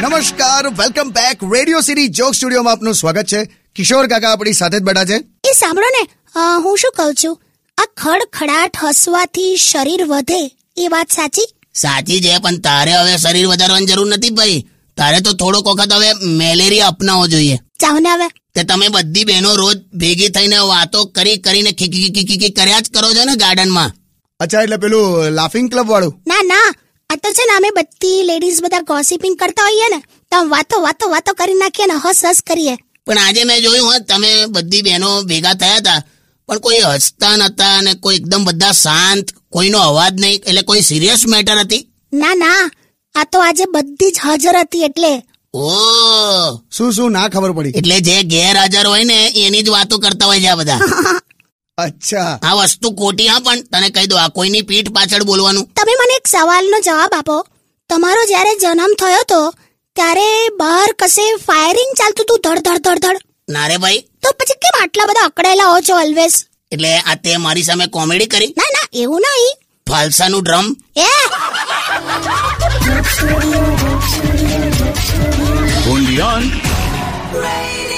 નમસ્કાર welcome back radio city joke સ્ટુડિયોમાં આપનું સ્વાગત છે કિશોર કાકા આપણી સાથે જ બેઠા છે એ સાંભળો ને અ, હું શું કહું છું આ ખડખડાટ હસવાથી શરીર વધે એ વાત સાચી સાચી છે પણ તારે હવે શરીર વધારવાની જરૂર નથી ભાઈ તારે તો થોડોક વખત હવે મેલેરિયા અપનાવવો જોઈએ ચાહને હવે તે તમે બધી બહેનો રોજ ભેગી થઈને વાતો કરી કરીને ખીકી ખીકી ખીકી કર્યા જ કરો છો ને ગાર્ડનમાં અચ્છા એટલે પેલું લાફિંગ ક્લબ વાળું ના ના આ તો છે ને અમે બધી લેડીઝ બધા ગોસિપિંગ કરતા હોઈએ ને તો આમ વાતો વાતો વાતો કરી નાખીએ ને હસ હસ કરીએ પણ આજે મેં જોયું હોત તમે બધી બહેનો ભેગા થયા હતા પણ કોઈ હસતા નતા અને કોઈ એકદમ બધા શાંત કોઈનો અવાજ નહીં એટલે કોઈ સિરિયસ મેટર હતી ના ના આ તો આજે બધી જ હાજર હતી એટલે ઓ શું શું ના ખબર પડી એટલે જે ગેરહાજર હોય ને એની જ વાતો કરતા હોય છે આ બધા અચ્છા આ વસ્તુ ખોટી હા પણ તને કહી દો આ કોઈની પીઠ પાછળ બોલવાનું તમે મને એક સવાલનો જવાબ આપો તમારો જ્યારે જન્મ થયો તો ત્યારે બહાર કસે ફાયરિંગ ચાલતું હતું ધડ ધડ ધડ ધડ ના રે ભાઈ તો પછી કેમ આટલા બધા અકળાયેલા હો છો ઓલવેઝ એટલે આ તે મારી સામે કોમેડી કરી ના ના એવું નહીં ફાલસાનું ડ્રમ એ Undian. Radio